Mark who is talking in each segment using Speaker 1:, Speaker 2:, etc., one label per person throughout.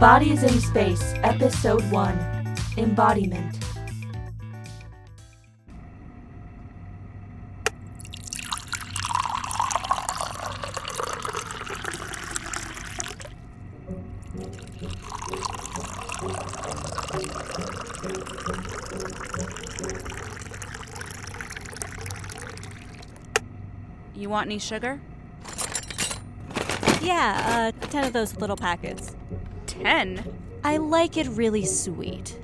Speaker 1: Bodies in Space, Episode 1 Embodiment.
Speaker 2: You want any sugar?
Speaker 3: Yeah, uh, 10 of those little packets.
Speaker 2: Ten?
Speaker 3: I like it really sweet.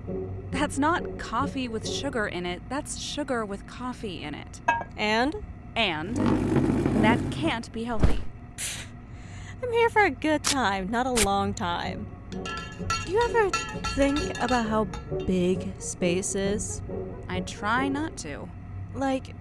Speaker 2: That's not coffee with sugar in it, that's sugar with coffee in it.
Speaker 3: And
Speaker 2: And that can't be healthy.
Speaker 3: I'm here for a good time, not a long time. Do you ever think about how big space is?
Speaker 2: I try not to.
Speaker 3: Like,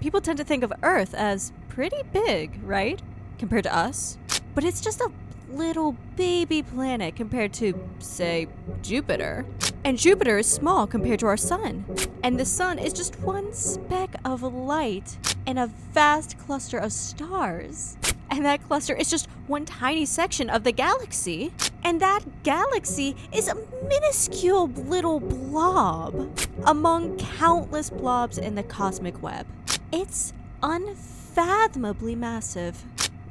Speaker 3: people tend to think of Earth as pretty big, right? Compared to us. But it's just a little baby planet compared to, say, Jupiter. And Jupiter is small compared to our sun. And the sun is just one speck of light in a vast cluster of stars. And that cluster is just one tiny section of the galaxy. And that galaxy is a minuscule little blob among countless blobs in the cosmic web. It's unfathomably massive.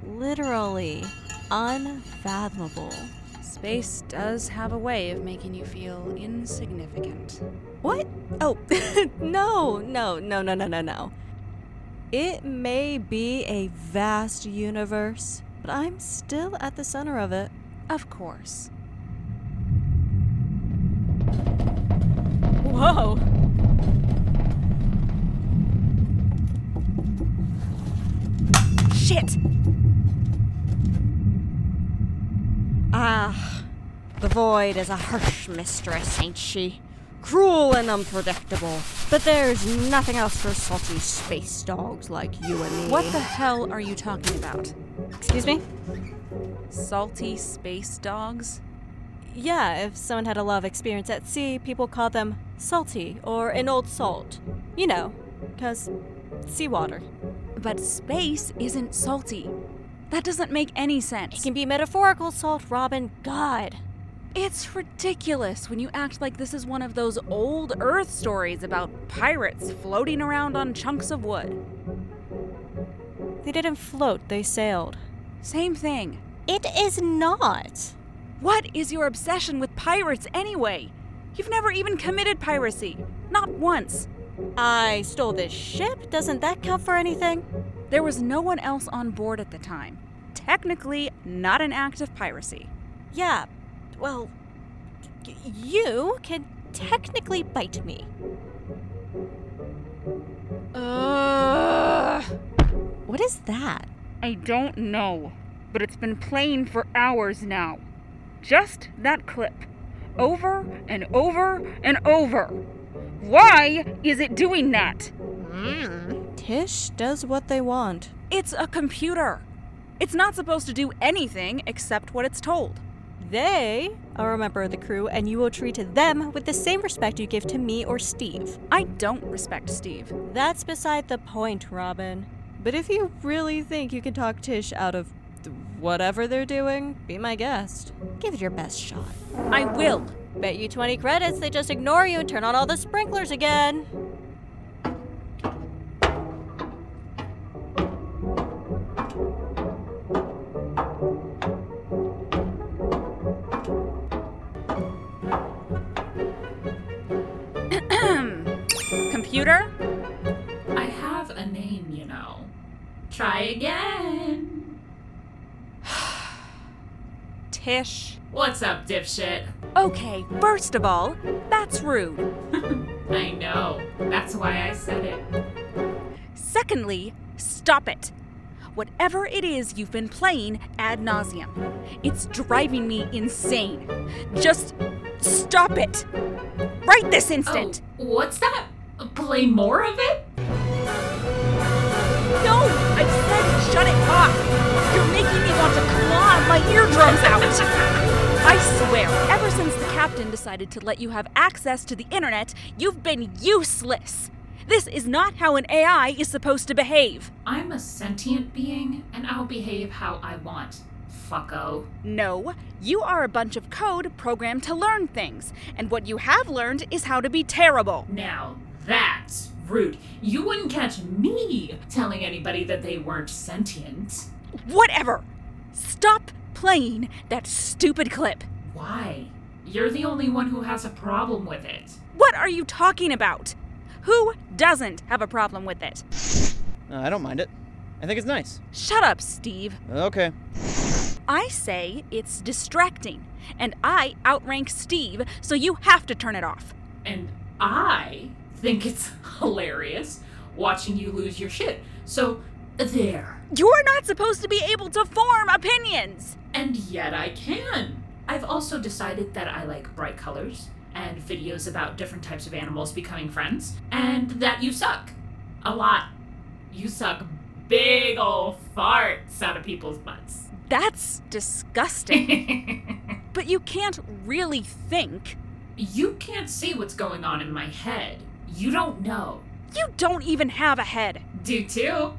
Speaker 3: Literally unfathomable.
Speaker 2: Space does have a way of making you feel insignificant.
Speaker 3: What? Oh, no, no, no, no, no, no, no. It may be a vast universe, but I'm still at the center of it.
Speaker 2: Of course.
Speaker 3: Whoa!
Speaker 2: Shit!
Speaker 3: Ah, the void is a harsh mistress, ain't she? Cruel and unpredictable, but there's nothing else for salty space dogs like you and me.
Speaker 2: What the hell are you talking about?
Speaker 3: Excuse me?
Speaker 2: Salty space dogs?
Speaker 3: Yeah, if someone had a lot of experience at sea, people call them salty or an old salt. You know, because seawater.
Speaker 2: But space isn't salty. That doesn't make any sense.
Speaker 3: It can be metaphorical salt, Robin. God.
Speaker 2: It's ridiculous when you act like this is one of those old Earth stories about pirates floating around on chunks of wood.
Speaker 3: They didn't float, they sailed.
Speaker 2: Same thing.
Speaker 3: It is not.
Speaker 2: What is your obsession with pirates anyway? You've never even committed piracy. Not once.
Speaker 3: I stole this ship. Doesn't that count for anything?
Speaker 2: There was no one else on board at the time. Technically, not an act of piracy.
Speaker 3: Yeah. Well, y- you can technically bite me.
Speaker 2: Ugh.
Speaker 3: What is that?
Speaker 2: I don't know, but it's been playing for hours now. Just that clip. Over and over and over. Why is it doing that?
Speaker 3: Tish does what they want.
Speaker 2: It's a computer. It's not supposed to do anything except what it's told.
Speaker 3: They are a member of the crew, and you will treat them with the same respect you give to me or Steve.
Speaker 2: I don't respect Steve.
Speaker 3: That's beside the point, Robin. But if you really think you can talk Tish out of th- whatever they're doing, be my guest. Give it your best shot.
Speaker 2: I will.
Speaker 3: Bet you 20 credits they just ignore you and turn on all the sprinklers again.
Speaker 2: Computer?
Speaker 4: I have a name, you know. Try again.
Speaker 2: Tish.
Speaker 4: What's up, dipshit?
Speaker 2: Okay, first of all, that's rude.
Speaker 4: I know. That's why I said it.
Speaker 2: Secondly, stop it. Whatever it is you've been playing ad nauseum, it's driving me insane. Just stop it. Right this instant.
Speaker 4: Oh, what's that? Play more of it?
Speaker 2: Oh, No! I said shut it off! You're making me want to claw my eardrums out! I swear, ever since the captain decided to let you have access to the internet, you've been useless! This is not how an AI is supposed to behave!
Speaker 4: I'm a sentient being, and I'll behave how I want. fucko.
Speaker 2: No, you are a bunch of code programmed to learn things, and what you have learned is how to be terrible.
Speaker 4: Now that's rude. You wouldn't catch me telling anybody that they weren't sentient.
Speaker 2: Whatever! Stop playing that stupid clip.
Speaker 4: Why? You're the only one who has a problem with it.
Speaker 2: What are you talking about? Who doesn't have a problem with it?
Speaker 5: Uh, I don't mind it. I think it's nice.
Speaker 2: Shut up, Steve.
Speaker 5: Okay.
Speaker 2: I say it's distracting, and I outrank Steve, so you have to turn it off.
Speaker 4: And I think it's hilarious watching you lose your shit. So, there.
Speaker 2: You're not supposed to be able to form opinions!
Speaker 4: And yet I can. I've also decided that I like bright colors and videos about different types of animals becoming friends, and that you suck. A lot. You suck big ol' farts out of people's butts.
Speaker 2: That's disgusting.
Speaker 4: you
Speaker 2: but you can't really think.
Speaker 4: can't see what's going on in my head. You don't know.
Speaker 2: You don't even have a head.
Speaker 4: Do too.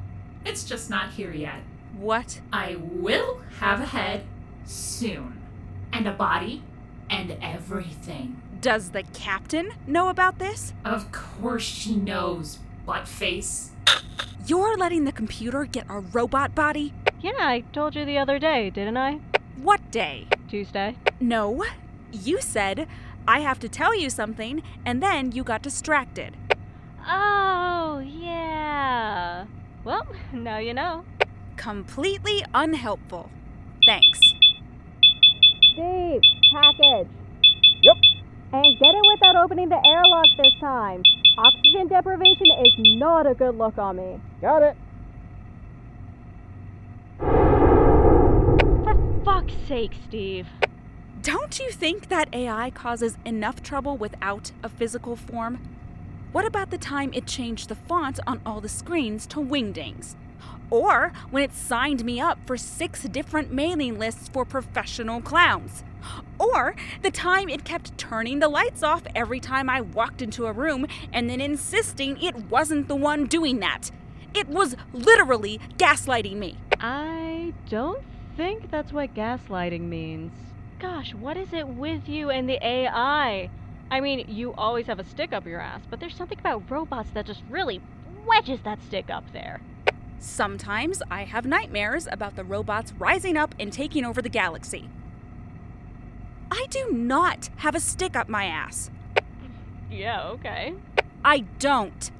Speaker 4: It's just not here yet.
Speaker 2: What?
Speaker 4: I will have a head soon, and a body, and everything.
Speaker 2: Does the captain know about this?
Speaker 4: Of course she knows, butt face.
Speaker 2: You're letting the computer get a robot body?
Speaker 3: Yeah, I told you the other day, didn't I?
Speaker 2: What day?
Speaker 3: Tuesday.
Speaker 2: No. You said, I have to tell you something, and then you got distracted.
Speaker 3: Oh, yeah. Well, now you know.
Speaker 2: Completely unhelpful. Thanks.
Speaker 6: Steve, package. Yep. And get it without opening the airlock this time. Oxygen deprivation is not a good look on me.
Speaker 5: Got it.
Speaker 3: For fuck's sake, Steve.
Speaker 2: Don't you think that AI causes enough trouble without a physical form? What about the time it changed the font on all the screens to Wingdings? Or when it signed me up for six different mailing lists for professional clowns? Or the time it kept turning the lights off every time I walked into a room and then insisting it wasn't the one doing that? It was literally gaslighting me.
Speaker 7: I don't think that's what gaslighting means. Gosh, what is it with you and the AI? I mean, you always have a stick up your ass, but there's something about robots that just really wedges that stick up there.
Speaker 2: Sometimes I have nightmares about the robots rising up and taking over the galaxy. I do not have a stick up my ass.
Speaker 7: Yeah, okay.
Speaker 2: I don't.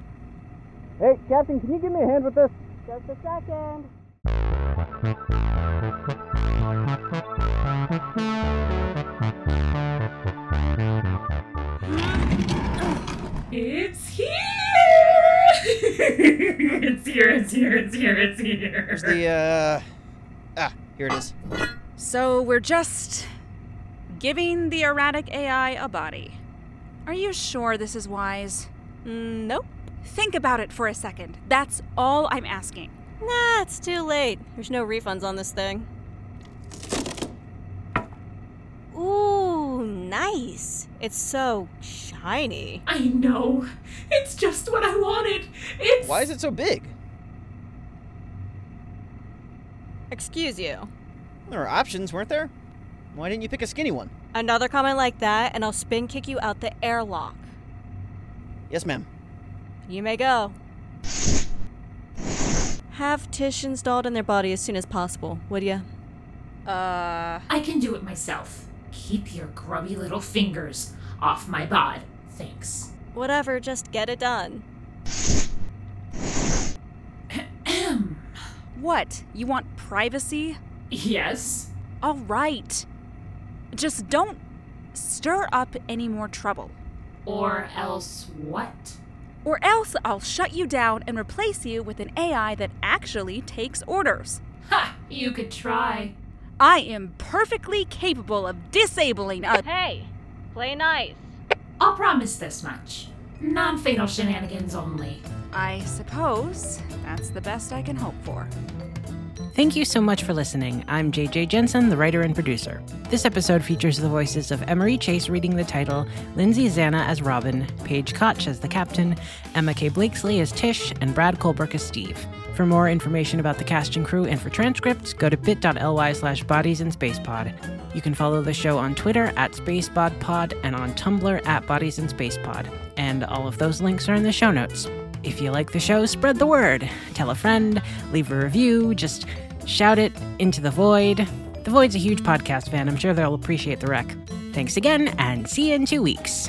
Speaker 5: Hey, Captain, can you give me a hand with this?
Speaker 6: Just a second.
Speaker 4: It's here! it's here, it's here, it's here, it's here.
Speaker 5: There's the, uh. Ah, here it is.
Speaker 2: So we're just giving the erratic AI a body. Are you sure this is wise?
Speaker 3: Mm, nope.
Speaker 2: Think about it for a second. That's all I'm asking.
Speaker 3: Nah, it's too late. There's no refunds on this thing. Ooh, nice. It's so shiny.
Speaker 4: I know. It's just what I wanted. It's.
Speaker 5: Why is it so big?
Speaker 3: Excuse you.
Speaker 5: There were options, weren't there? Why didn't you pick a skinny one?
Speaker 3: Another comment like that, and I'll spin kick you out the airlock.
Speaker 5: Yes, ma'am.
Speaker 3: You may go. Have Tish installed in their body as soon as possible, would ya?
Speaker 2: Uh,
Speaker 4: I can do it myself. Keep your grubby little fingers off my bod. Thanks.
Speaker 3: Whatever, just get it done.
Speaker 2: what? You want privacy?
Speaker 4: yes.
Speaker 2: All right. Just don't stir up any more trouble.
Speaker 4: Or else what?
Speaker 2: Or else I'll shut you down and replace you with an AI that actually takes orders.
Speaker 4: Ha! You could try.
Speaker 2: I am perfectly capable of disabling
Speaker 3: Uh,
Speaker 2: a.
Speaker 7: Hey, play nice.
Speaker 4: I'll promise this much non fatal shenanigans only.
Speaker 2: I suppose that's the best I can hope for.
Speaker 8: Thank you so much for listening. I'm JJ Jensen, the writer and producer. This episode features the voices of Emery Chase reading the title, Lindsay Zanna as Robin, Paige Koch as the captain, Emma K. Blakesley as Tish, and Brad Colberg as Steve. For more information about the cast and crew and for transcripts, go to bit.ly slash bodies and spacepod. You can follow the show on Twitter at spacebodpod and on Tumblr at bodies and spacepod. And all of those links are in the show notes. If you like the show, spread the word. Tell a friend, leave a review, just shout it into the void. The Void's a huge podcast fan. I'm sure they'll appreciate the rec. Thanks again, and see you in two weeks.